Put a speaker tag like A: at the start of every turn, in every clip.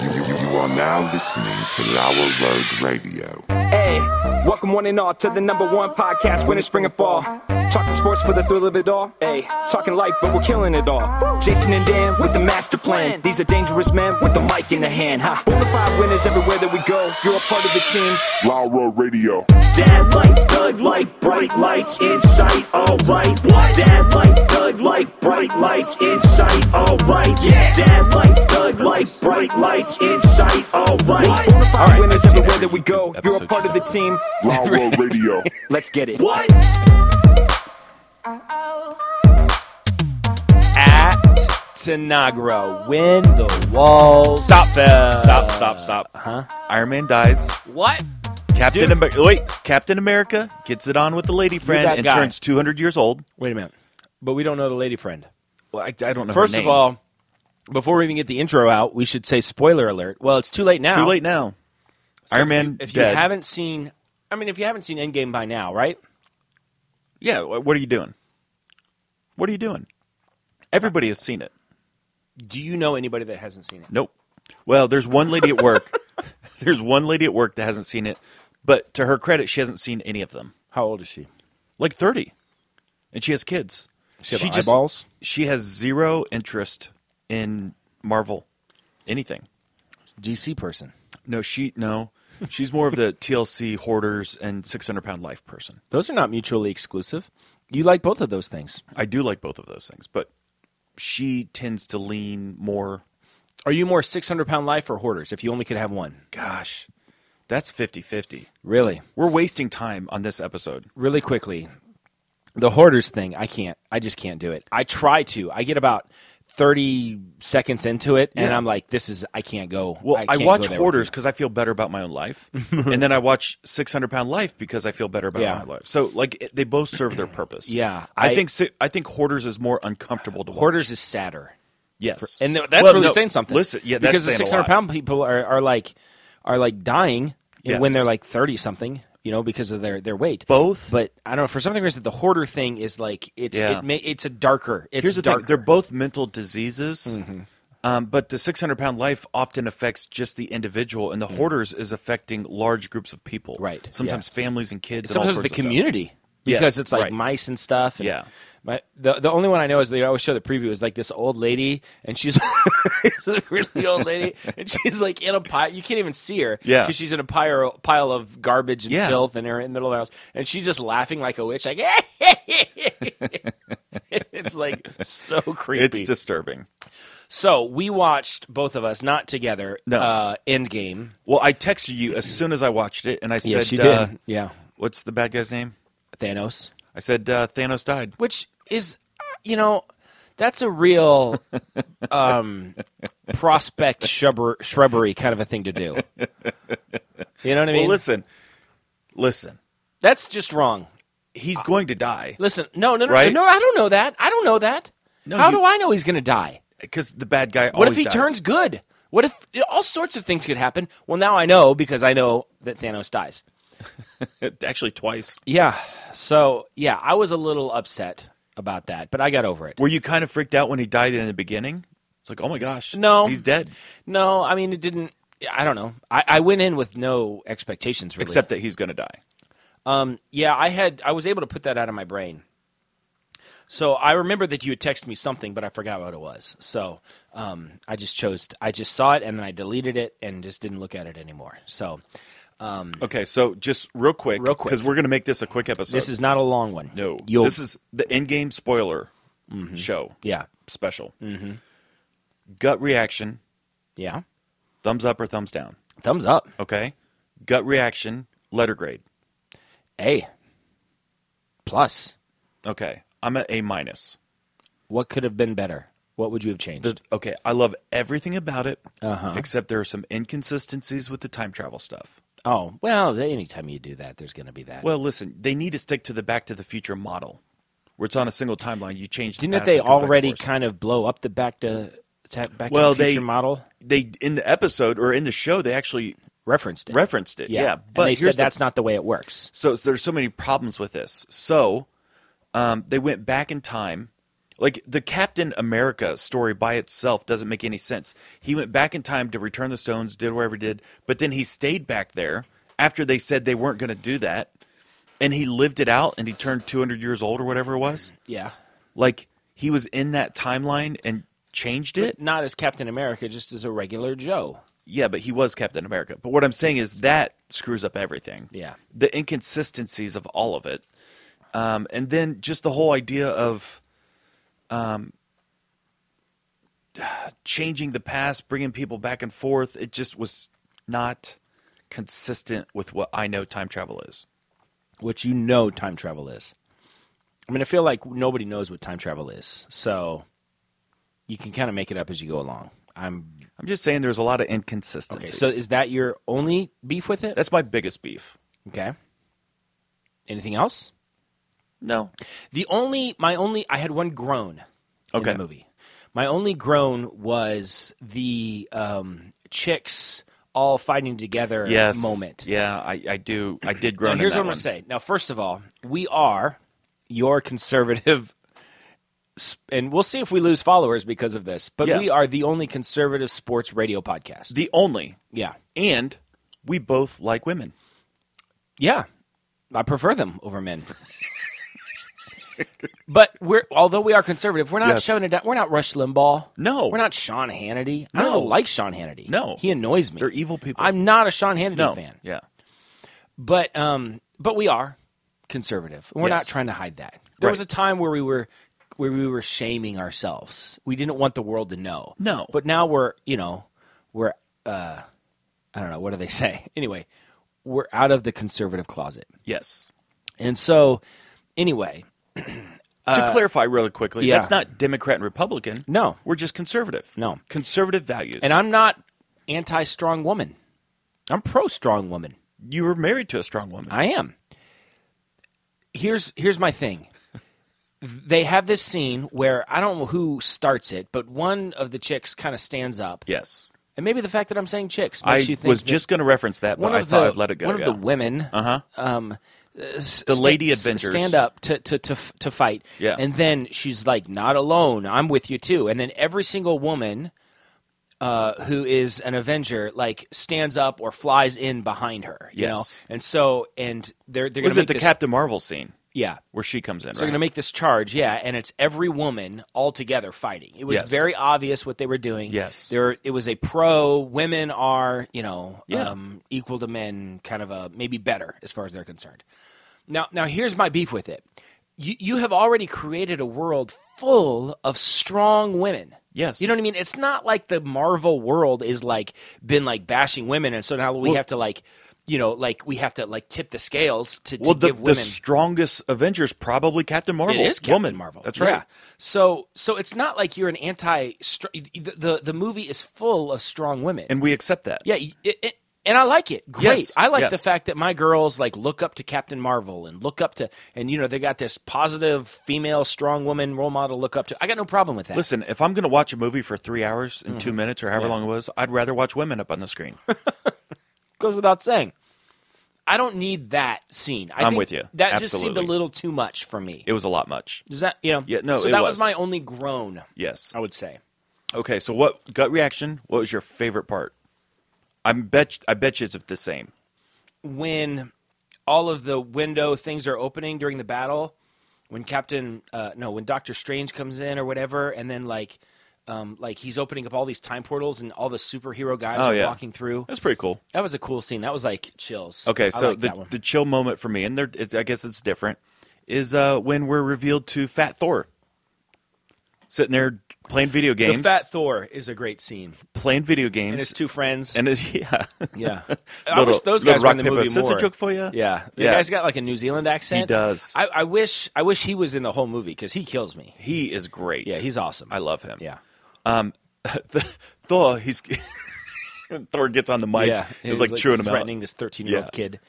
A: are now listening to Lower Road Radio.
B: Hey, welcome one and all to the number one podcast, winter, spring, and fall. Talking sports for the thrill of it all. Hey, talking life, but we're killing it all. Jason and Dan with the master plan. These are dangerous men with the mic in the hand. Ha! Bonafide winners everywhere that we go. You're a part of the team.
A: Laura Radio.
B: Dad light, thug light, bright lights in sight, alright. What? Dad light, thug light, bright lights in sight, alright. Yeah. Dad light, thug light, bright lights in sight, alright. Bonafide
C: Alright,
B: winners
C: I've seen
B: everywhere
C: every
B: that we go. You're a
C: episode
B: part of
C: so
B: the team.
A: Laura Radio.
B: Let's get it.
D: What?
C: at Tanagra. Win the walls.
D: Stop, stop, stop, stop. Uh, Huh? Iron Man dies.
C: What?
D: Captain
C: Dude.
D: America. Wait, Captain America gets it on with the lady friend
C: that
D: and
C: guy.
D: turns 200 years old.
C: Wait a minute. But we don't know the lady friend.
D: Well, I, I don't know. her
C: First of
D: name.
C: all, before we even get the intro out, we should say spoiler alert. Well, it's too late now.
D: too late now. Iron Man
C: If you
D: dead.
C: haven't seen, I mean, if you haven't seen Endgame by now, right?
D: yeah, wh- what are you doing? What are you doing? Everybody has seen it.
C: Do you know anybody that hasn't seen it?
D: Nope. Well, there's one lady at work. there's one lady at work that hasn't seen it, but to her credit, she hasn't seen any of them.
C: How old is she?
D: Like 30, and she has kids.
C: She, have
D: just
C: eyeballs.
D: she has zero interest in Marvel, anything.
C: DC person.
D: No, she no. She's more of the TLC hoarders and six hundred pound life person.
C: Those are not mutually exclusive. You like both of those things.
D: I do like both of those things, but she tends to lean more.
C: Are you more six hundred pound life or hoarders? If you only could have one,
D: Gosh, that's 50-50.
C: really.
D: We're wasting time on this episode.
C: really quickly the hoarders thing i can't i just can't do it i try to i get about 30 seconds into it and
D: Yeah.
C: i'm like this is i can't go
D: Well, I,
C: can't
D: watch
C: go there
D: hoarders
C: with
D: because I feel better about my own life, and then I watch six hundred pound life because I feel better about
C: Yeah.
D: my life. So like it- they both serve their purpose.
C: Yeah,
D: I,
C: I-
D: think si- I think hoarders is more uncomfortable to
C: you.
D: watch.
C: hoarders is sadder
D: yes,
C: and th- that's
D: Well,
C: really
D: no,
C: saying something
D: Listen, yeah, that's
C: because the
D: saying a
C: 600
D: lot.
C: pound people are, are like are like dying
D: Yes.
C: when they're like 30 something you know because of their their weight
D: Both-
C: but i don't know for something reason the hoarder thing is like it's
D: Yeah.
C: it may, it's a darker it's
D: Here's the
C: darker. Mm-hmm.
D: thing: they're both mental diseases, um, but the 600 pound life often affects just the individual, and the hoarders is affecting large groups of people.
C: Mm. Right,
D: Sometimes families and kids. and all
C: sometimes the
D: sorts of stuff.
C: community
D: Yes,
C: because it's like
D: right.
C: mice and stuff. and
D: Yeah.
C: My, the the only one I know is they always show the preview is like this old lady and she's a really old lady and she's like in a pile you can't even see her
D: Yeah.
C: because she's in a pile pile of garbage and
D: Yeah.
C: filth and her in the middle of the house and she's just laughing like a witch like it's like so creepy
D: It's disturbing.
C: so we watched both of us not together
D: No.
C: uh, Endgame
D: Well, I texted you as soon as I watched it, and I said,
C: she
D: uh,
C: did yeah
D: "What's the bad guy's name?"
C: Thanos
D: I said uh, Thanos died.
C: which is you know that's a real um, prospect shrubber, shrubbery kind of a thing to do you know what i mean
D: well, listen, listen.
C: that's just wrong
D: He's going to die
C: listen no no no
D: Right?
C: no i don't know that i don't know that
D: No,
C: how
D: you-
C: do i know he's going to die
D: because the bad guy.
C: what
D: always
C: if he
D: dies.
C: turns good what if all sorts of things could happen well now i know because i know that thanos dies
D: Uh, actually twice?
C: yeah so yeah i was a little upset about that but i got over it
D: Were you kind of freaked out when he died in the beginning? It's like, oh my gosh,
C: No.
D: he's dead.
C: no i mean it didn't i don't know i, I went in with no expectations really Um,
D: Except that he's going to die.
C: Yeah, I had I was able to put that out of my brain. So I remember that you had texted me something, but I forgot what it was. So um, I just chose I just saw it and then I deleted it and just didn't look at it anymore. So
D: Okay, so just real quick,
C: Real quick.
D: because we're going to make this a quick episode.
C: this is not a long one.
D: no,
C: You'll, Mm-hmm.
D: this is the in-game spoiler show
C: yeah,
D: special.
C: Mm-hmm.
D: Gut reaction,
C: yeah.
D: thumbs up or thumbs down.
C: Thumbs up.
D: Okay, gut reaction, letter grade.
C: A plus.
D: Okay, I'm at A minus.
C: What could have been better? What would you have changed?
D: The- okay, I love everything about it,
C: Uh-huh.
D: except there are some inconsistencies with the time travel stuff.
C: oh well, anytime you do that, there's going to be that.
D: Well, listen, they need to stick to the Back to the Future model, where it's on a single timeline. You change. the
C: Didn't that
D: past
C: they
D: and come back and
C: already
D: forth.
C: kind of blow up the back to ta- back
D: Well,
C: to the
D: they-
C: future model?
D: they in the episode or in the show they actually
C: Referenced it.
D: referenced it. Yeah, but
C: and they
D: here's
C: said
D: the-
C: that's not the way it works.
D: so there's so many problems with this. So um, they went back in time Like the Captain America story by itself doesn't make any sense. He went back in time to return the stones, did whatever he did, but then he stayed back there after they said they weren't going to do that, and he lived it out, and he turned two hundred years old or whatever it was.
C: Yeah.
D: Like he was in that timeline and changed it.
C: Not as Captain America, just as a regular Joe.
D: Yeah, but he was Captain America. But what I'm saying is that screws up everything.
C: Yeah.
D: The inconsistencies of all of it. Um, and then just the whole idea of um, changing the past, bringing people back and forth. It just was not consistent with what I know time travel is.
C: which you know time travel is. I mean, I feel like nobody knows what time travel is, so you can kind of make it up as you go along. I'm
D: I'm just saying there's a lot of
C: okay.
D: inconsistencies.
C: So is that your only beef with it?
D: That's my biggest beef.
C: okay. Anything else?
D: No.
C: The only my only I had one groan
D: Okay.
C: in the movie. My only groan was the um, chicks all fighting together
D: Yes.
C: moment.
D: Yeah, I, I do. I did groan.
C: Now,
D: in
C: here's
D: that
C: what I'm going
D: one.
C: to say. Now, first of all, we are your conservative, sp- and we'll see if we lose followers because of this, but
D: Yeah.
C: we are the only conservative sports radio podcast.
D: The only,
C: yeah.
D: and we both like women.
C: Yeah. I prefer them over men. but we're although we are conservative, we're not
D: Yes.
C: showing it down. We're not Rush Limbaugh.
D: No.
C: We're not Sean Hannity. I
D: No.
C: don't like Sean Hannity.
D: No.
C: He annoys me.
D: They're evil people.
C: I'm not a Sean Hannity
D: no
C: fan.
D: Yeah,
C: but um, but we are conservative. We're
D: Yes.
C: not trying to hide that. There was
D: Right.
C: a time where we were where we were shaming ourselves. We didn't want the world to know.
D: No.
C: but now we're you know we're uh, I don't know what do they say anyway. We're out of the conservative closet,
D: yes.
C: and so anyway,
D: to clarify really quickly,
C: uh, yeah.
D: that's not Democrat and Republican.
C: No.
D: we're just conservative.
C: No.
D: conservative values.
C: and I'm not anti strong woman. I'm pro strong woman.
D: you were married to a strong woman.
C: I am. Here's here's my thing. They have this scene where I don't know who starts it, but one of the chicks kind of stands up,
D: yes,
C: and maybe the fact that I'm saying chicks
D: I
C: makes you think
D: was
C: that
D: just going to reference that, but
C: one
D: I
C: of
D: thought
C: the
D: I'd let it go.
C: one
D: yeah.
C: of the women, um,
D: uh-huh.
C: the
D: Lady Avengers.
C: stand up to to to, f- to fight,
D: Yeah.
C: and then she's like, "Not alone, I'm with you too," and then every single woman. Uh, who is an Avenger? Like stands up or flies in behind her, you
D: Yes.
C: know. And so, and they're they're
D: was
C: gonna
D: it the
C: make this,
D: Captain Marvel scene
C: Yeah,
D: where she comes in?
C: So they're
D: right?
C: going to make this charge, yeah, and it's every woman all together fighting. It was
D: Yes.
C: very obvious what they were doing.
D: Yes.
C: there it was a pro women are you know
D: Yeah.
C: um, equal to men, kind of a maybe better as far as they're concerned. Now, now here's my beef with it. You you have already created a world full of strong women.
D: Yes.
C: you know what I mean. It's not like the Marvel world is like been like bashing women, and so now we have to like. You know, like we have to like tip the scales to, to
D: well, the,
C: give
D: the
C: women
D: strongest Avengers probably Captain Marvel.
C: it is Captain
D: woman.
C: Marvel.
D: That's right.
C: Yeah. So so it's not like you're an anti. str- The, the the movie is full of strong women.
D: And we accept that.
C: yeah, y- it, it, and I like it. Great.
D: Yes,
C: I like
D: yes.
C: the fact that my girls like look up to Captain Marvel and look up to and you know they got this positive female strong woman role model to look up to. I got no problem with that.
D: Listen, if I'm going to watch a movie for three hours and
C: Mm-hmm.
D: two minutes or however long it was, I'd rather watch women up on the screen.
C: goes without saying. I don't need that scene. I
D: I'm
C: think
D: with you.
C: That just seemed a
D: Absolutely.
C: little too much for me.
D: it was a lot much.
C: Does that you know?
D: Yeah, no,
C: So
D: it
C: that was
D: was.
C: my only groan.
D: Yes.
C: I would say.
D: Okay, so what gut reaction? What was your favorite part? I bet I bet you it's the same.
C: when all of the window things are opening during the battle, when Captain uh, no, when Doctor Strange comes in or whatever, and then like um, like he's opening up all these time portals and all the superhero guys
D: Oh,
C: are
D: yeah.
C: walking through.
D: That's pretty cool.
C: That was a cool scene. That was like chills. I
D: Okay, so
C: like that
D: the
C: one.
D: the chill moment for me, and there, it's, I guess it's different, is uh, when we're revealed to Fat Thor sitting there playing video
C: The
D: games,
C: Fat Thor is a great scene,
D: playing video
C: and his
D: games,
C: two friends.
D: and it, yeah,
C: yeah, I
D: Little-
C: wish those
D: little
C: guys were
D: rock,
C: in the
D: paper,
C: movie
D: scissors
C: more.
D: joke for ya?
C: Yeah, the
D: Yeah.
C: guy's got like a New Zealand accent.
D: does.
C: I, I wish. I wish he was in the whole movie because he kills me.
D: he is great.
C: Yeah, he's awesome.
D: I love him.
C: Yeah.
D: Thor, he's Thor gets on the mic,
C: yeah, he
D: is
C: was,
D: like, chewing him out.
C: threatening this thirteen-year-old
D: Yeah.
C: kid.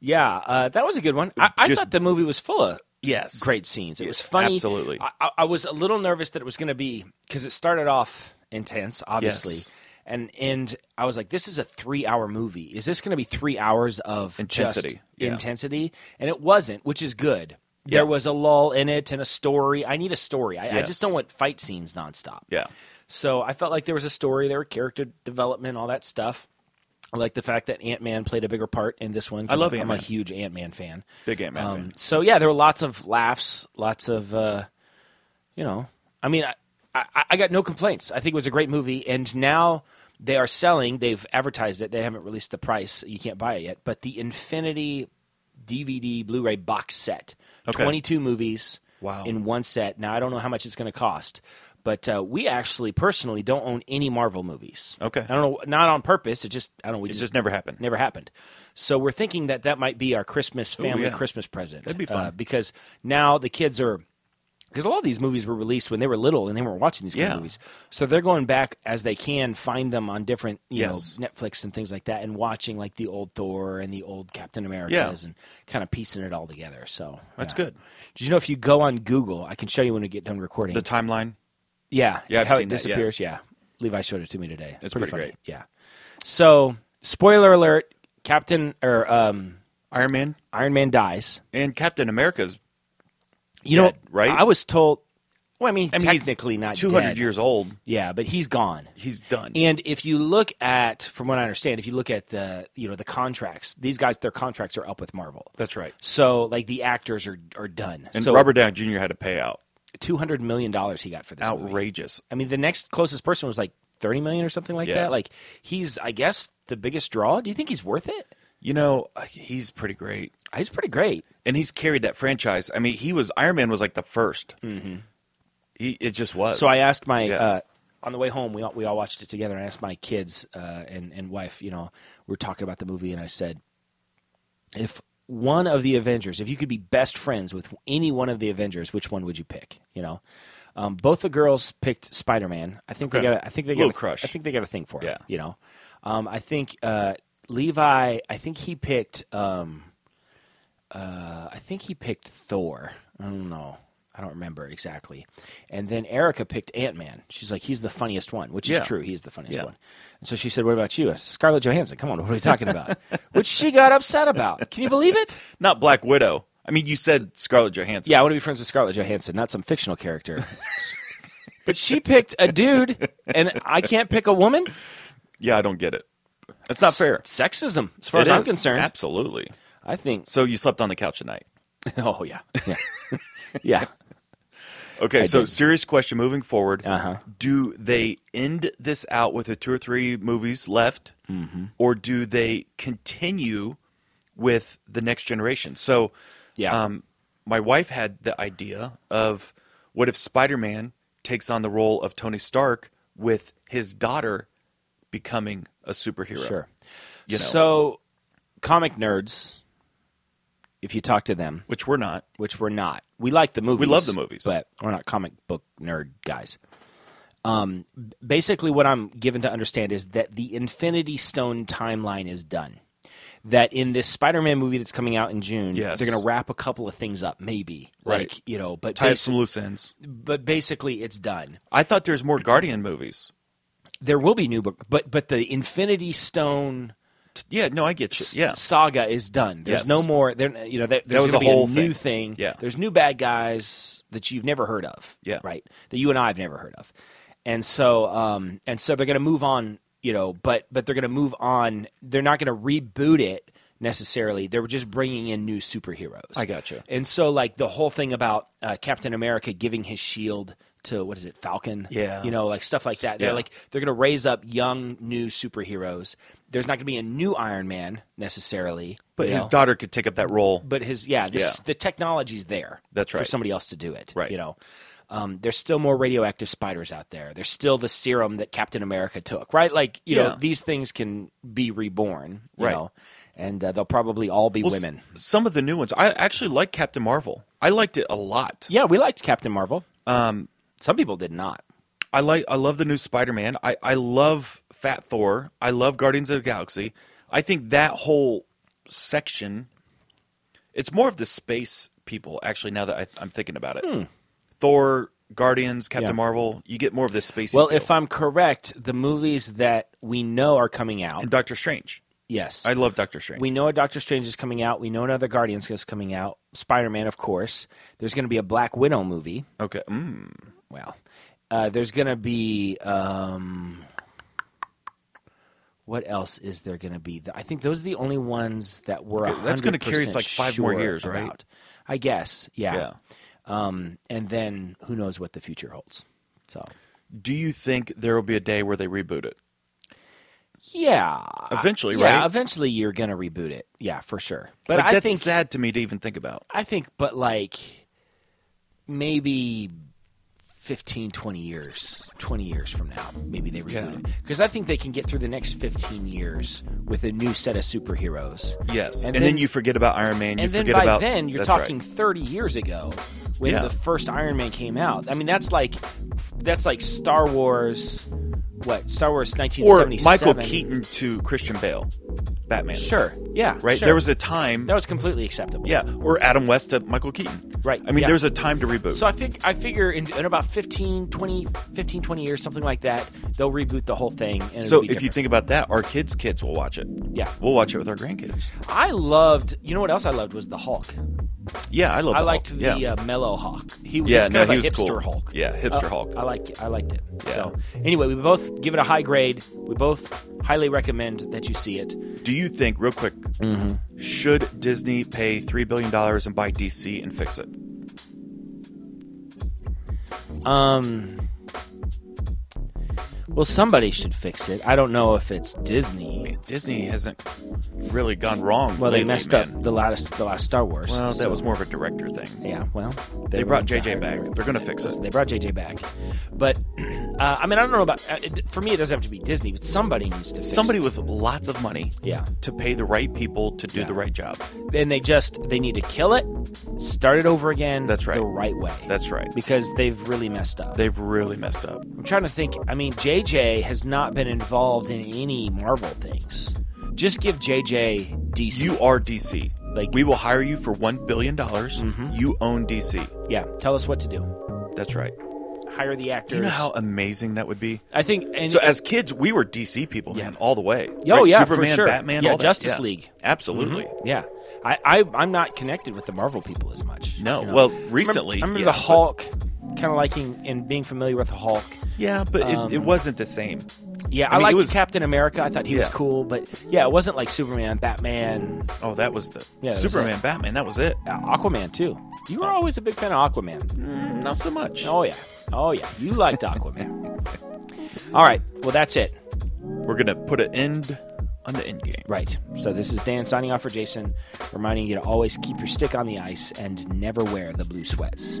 C: Yeah, uh, that was a good one. I, I
D: Just-
C: thought the movie was full of
D: Yes,
C: great scenes. It was
D: Yeah,
C: funny.
D: absolutely.
C: I, I- I was a little nervous that it was going to be because it started off intense, obviously,
D: Yes.
C: and and I was like, this is a three-hour movie. Is this going to be three hours of just
D: Intensity. Yeah.
C: Intensity, and it wasn't, which is good. There was a lull in it and a story. I need a story. I, I
D: Yes.
C: just don't want fight scenes nonstop.
D: Yeah.
C: So I felt like there was a story, there were character development, all that stuff. I like the fact that Ant Man played a bigger part in this one. 'cause
D: I love
C: I'm
D: Ant-Man.
C: a huge Ant Man fan.
D: Big Ant-Man
C: Um,
D: fan.
C: So yeah, there were lots of laughs, lots of, uh, you know, I mean, I, I, I got no complaints. I think it was a great movie, and now they are selling. They've advertised it. They haven't released the price. You can't buy it yet, but the Infinity DVD Blu-ray box set,
D: Okay.
C: twenty-two movies,
D: Wow.
C: in one set. Now I don't know how much it's going to cost, but uh, we actually personally don't own any Marvel movies.
D: Okay.
C: I don't know, not on purpose. It just I don't. know. We
D: It just never happened.
C: Never happened. So we're thinking that that might be our Christmas family
D: yeah.
C: Christmas present.
D: That'd be
C: uh,
D: fun.
C: because now the kids are. Because a lot of these movies were released when they were little and they weren't watching these kind
D: Yeah.
C: of movies, so they're going back as they can find them on different, you
D: Yes.
C: know, Netflix and things like that, and watching like the old Thor and the old Captain Americas and kind of piecing it all together. So
D: That's
C: yeah.
D: good.
C: Did you know if you go on Google, I can show you when we get done recording.
D: The timeline.
C: yeah,
D: Yeah, I've
C: how
D: seen
C: it
D: that, yeah.
C: disappears. yeah. Levi showed it to me today.
D: It's pretty
C: funny.
D: great.
C: Yeah. So, spoiler alert: Captain or um,
D: Iron Man
C: Iron Man dies.
D: and Captain America's.
C: You
D: Dead,
C: know,
D: right?
C: I was told. Well, I mean,
D: I mean, he's
C: technically not
D: 200
C: dead.
D: years old.
C: Yeah, but he's gone.
D: He's done.
C: And if you look at, from what I understand, if you look at the you know the contracts, these guys their contracts are up with Marvel.
D: That's right.
C: So like the actors are are done.
D: And
C: so
D: Robert Downey Jr. had a payout.
C: two hundred million dollars he got for this movie.
D: Outrageous.
C: I mean, the next closest person was like 30 million or something like
D: Yeah.
C: that. Like, he's, I guess, the biggest draw. Do you think he's worth it?
D: You know, he's pretty great.
C: He's pretty great.
D: And he's carried that franchise. I mean, he was Iron Man was like the 1st Mm-hmm. He it just was.
C: So I asked my,
D: Yeah.
C: uh, on the way home, we all, we all watched it together. And I asked my kids uh, and, and wife, you know, we were talking about the movie, and I said, if one of the Avengers, if you could be best friends with any one of the Avengers, which one would you pick? You know, um, both the girls picked Spider Man. I think
D: Okay.
C: they got. a- I think they got.
D: Little
C: a-
D: crush.
C: I think they got a thing for it.
D: Yeah.
C: You know, um, I think uh, Levi. I think he picked. Um, uh, I think he picked Thor. I don't know. I don't remember exactly. And then Erica picked Ant Man. She's like, he's the funniest one, which
D: Yeah.
C: is true. He's the funniest
D: Yeah.
C: one. And so she said, "What about you?" I said, "Scarlett Johansson." Come on, what are we talking about? which she got upset about. Can you believe it?
D: not Black Widow. I mean, you said Scarlett Johansson.
C: Yeah, I want to be friends with Scarlett Johansson, not some fictional character. but she picked a dude, and I can't pick a woman.
D: Yeah, I don't get it. That's not fair.
C: It's Sexism, as far as
D: It
C: I'm
D: is.
C: concerned.
D: absolutely.
C: I think.
D: So you slept on the couch tonight.
C: Oh yeah, yeah, yeah.
D: Okay, so serious question moving forward.
C: Uh-huh.
D: Do they end this out with a two or three movies left, or do they continue with the next generation? So,
C: Yeah.
D: um, my wife had the idea of what if Spider Man takes on the role of Tony Stark with his daughter becoming a superhero?
C: Sure.
D: You know.
C: So, comic nerds, if you talk to them,
D: Which we're not.
C: which we're not. We like the movies.
D: love the movies.
C: but we're not comic book nerd guys. Um, b- basically, what I'm given to understand is that the Infinity Stone timeline is done. That in this Spider-Man movie that's coming out in June,
D: Yes.
C: they're going to wrap a couple of things up, maybe,
D: Right.
C: Like you know, but
D: Tie up
C: basi-
D: some loose ends.
C: but basically, it's done.
D: I thought there's more Guardian movies.
C: There will be new book, but but the Infinity Stone
D: T- Yeah, no, I get you. Yeah.
C: saga is done. There's
D: Yes.
C: no more. There, you know, there, there's
D: was
C: gonna
D: a
C: be
D: whole
C: new
D: thing.
C: thing.
D: Yeah.
C: there's new bad guys that you've never heard of.
D: Yeah.
C: right. That you and I have never heard of, and so um and so they're gonna move on. You know, but but they're gonna move on. They're not gonna reboot it necessarily. They're just bringing in new superheroes.
D: I gotcha.
C: And so like the whole thing about uh, Captain America giving his shield to what is it Falcon?
D: Yeah.
C: you know, like stuff like that. They're
D: Yeah.
C: like they're going to raise up young new superheroes. There's not going to be a new Iron Man necessarily,
D: But
C: you
D: his
C: know.
D: daughter could take up that role.
C: but his yeah, this,
D: Yeah.
C: the technology's there.
D: That's
C: for
D: right.
C: somebody else to do it.
D: Right.
C: you know. Um, there's still more radioactive spiders out there. There's still the serum that Captain America took, right? Like you
D: Yeah.
C: know, these things can be reborn, you
D: Right.
C: know, and uh, they'll probably all be
D: Well, s-
C: women.
D: Some of the new ones. I actually like Captain Marvel. I liked it a lot.
C: Yeah, we liked Captain Marvel. Um, Some people did not.
D: I like. I love the new Spider Man. I I love Fat Thor. I love Guardians of the Galaxy. I think that whole section. It's more of the space people actually. Now that I, I'm thinking about it, Thor, Guardians, Captain
C: Hmm. Yeah.
D: Marvel. You get more of this space.
C: Well, if I'm correct, the movies that we know are coming out
D: and Doctor Strange.
C: Yes.
D: I love Doctor Strange.
C: we know a Doctor Strange is coming out. We know another Guardians is coming out. Spider Man, of course. There's going to be a Black Widow movie.
D: okay. Mm.
C: Well, uh, there's going to be. Um, what else is there going to be? Th- I think those are the only ones that were.
D: Okay, that's
C: going to
D: carry us like five more years, right?
C: I guess, yeah.
D: Yeah.
C: Um, and then who knows what the future holds? So,
D: Do you think there will be a day where they reboot it?
C: yeah,
D: Eventually,
C: yeah,
D: right?
C: Eventually, you're going to reboot it, yeah, for sure. But
D: Like,
C: I
D: that's
C: think
D: sad to me to even think about.
C: I think, but like maybe 15, 20 years, 20 years from now, maybe they
D: Yeah.
C: reboot it. Because I think they can get through the next 15 years with a new set of superheroes.
D: Yes,
C: And
D: and, then,
C: then-
D: you forget about Iron Man. You
C: and then
D: forget
C: by
D: about
C: then, you're
D: that's right.
C: talking 30 years ago when
D: Yeah.
C: the first Iron Man came out. I mean, that's like, that's like Star Wars, what? Star Wars
D: or
C: 1977.
D: Michael Keaton to Christian Bale, Batman.
C: Sure. Yeah.
D: Right.
C: sure.
D: There was a time.
C: that was completely acceptable.
D: yeah, or Adam West to Michael Keaton.
C: Right,
D: I mean,
C: yeah.
D: there's a time to reboot.
C: So I fig- I figure in, in about 15, 20, 15, 20 years, something like that, they'll reboot the whole thing. And it'll
D: So
C: be
D: if you
C: different.
D: think about that, our kids' kids will watch it.
C: Yeah.
D: We'll watch it with our grandkids.
C: I loved, you know what else I loved was the Hulk.
D: Yeah, I love.
C: I
D: Oh, the
C: liked
D: Hulk.
C: the
D: yeah.
C: uh, Mellow Hawk. He was
D: Yeah,
C: it's kind
D: no,
C: of a
D: he was
C: hipster
D: cool.
C: Hulk.
D: Yeah, hipster
C: Uh,
D: Hulk.
C: I liked it. I liked it.
D: Yeah.
C: So anyway, we both give it a high grade. We both highly recommend that you see it.
D: Do you think, real quick,
C: Mm-hmm.
D: should Disney pay three billion dollars and buy DC and fix it?
C: Um, well, somebody should fix it. I don't know if it's Disney.
D: Disney hasn't really gone wrong.
C: Well, they
D: lately,
C: messed
D: man.
C: up the last the last Star Wars.
D: Well, that
C: so-
D: was more of a director thing.
C: Yeah, well,
D: They
C: were
D: brought
C: the ones
D: JJ
C: that
D: back.
C: hired her.
D: They're gonna fix
C: Listen,
D: it.
C: They brought JJ back, but uh, I mean, I don't know about. uh, It, for me, it doesn't have to be Disney, but somebody needs to. Fix
D: Somebody
C: it.
D: with lots of money,
C: Yeah.
D: to pay the right people to do the right job.
C: and they just they need to kill it, start it over again.
D: That's right.
C: The right way.
D: That's right.
C: Because they've really messed up.
D: They've really messed up.
C: I'm trying to think. I mean, JJ has not been involved in any Marvel things. Just give JJ DC.
D: You are DC.
C: Like- Mm-hmm.
D: we will hire you for one billion dollars. You own DC.
C: yeah, tell us what to do.
D: That's right.
C: Hire the actors.
D: You know how amazing that would be.
C: I think. And,
D: So as kids, we were DC people, man,
C: Yeah.
D: all the way. Oh
C: yeah, for
D: Superman,
C: sure.
D: Batman,
C: Yeah,
D: all that.
C: Justice League. Mm-hmm.
D: Absolutely.
C: Yeah, I, I I'm not connected with the Marvel people as much.
D: No,
C: you know.
D: well,
C: I remember-
D: recently,
C: I remember
D: yeah,
C: the
D: but-
C: Hulk, kind of liking and being familiar with the Hulk.
D: Yeah, but it,
C: um,
D: it wasn't the same.
C: Yeah, I,
D: mean, it
C: liked
D: was-
C: Captain America. I thought he was
D: Yeah.
C: cool, but yeah, it wasn't like Superman, Batman,
D: Oh, that was the
C: Yeah, that was
D: Superman,
C: it.
D: Batman. That was it.
C: uh, Aquaman too. You were always a big fan of Aquaman.
D: Not so much.
C: Oh yeah, oh yeah, you liked Aquaman. All right, well that's it.
D: We're gonna put an end on the end game.
C: Right. So this is Dan signing off for Jason, reminding you to always keep your stick on the ice and never wear the blue sweats.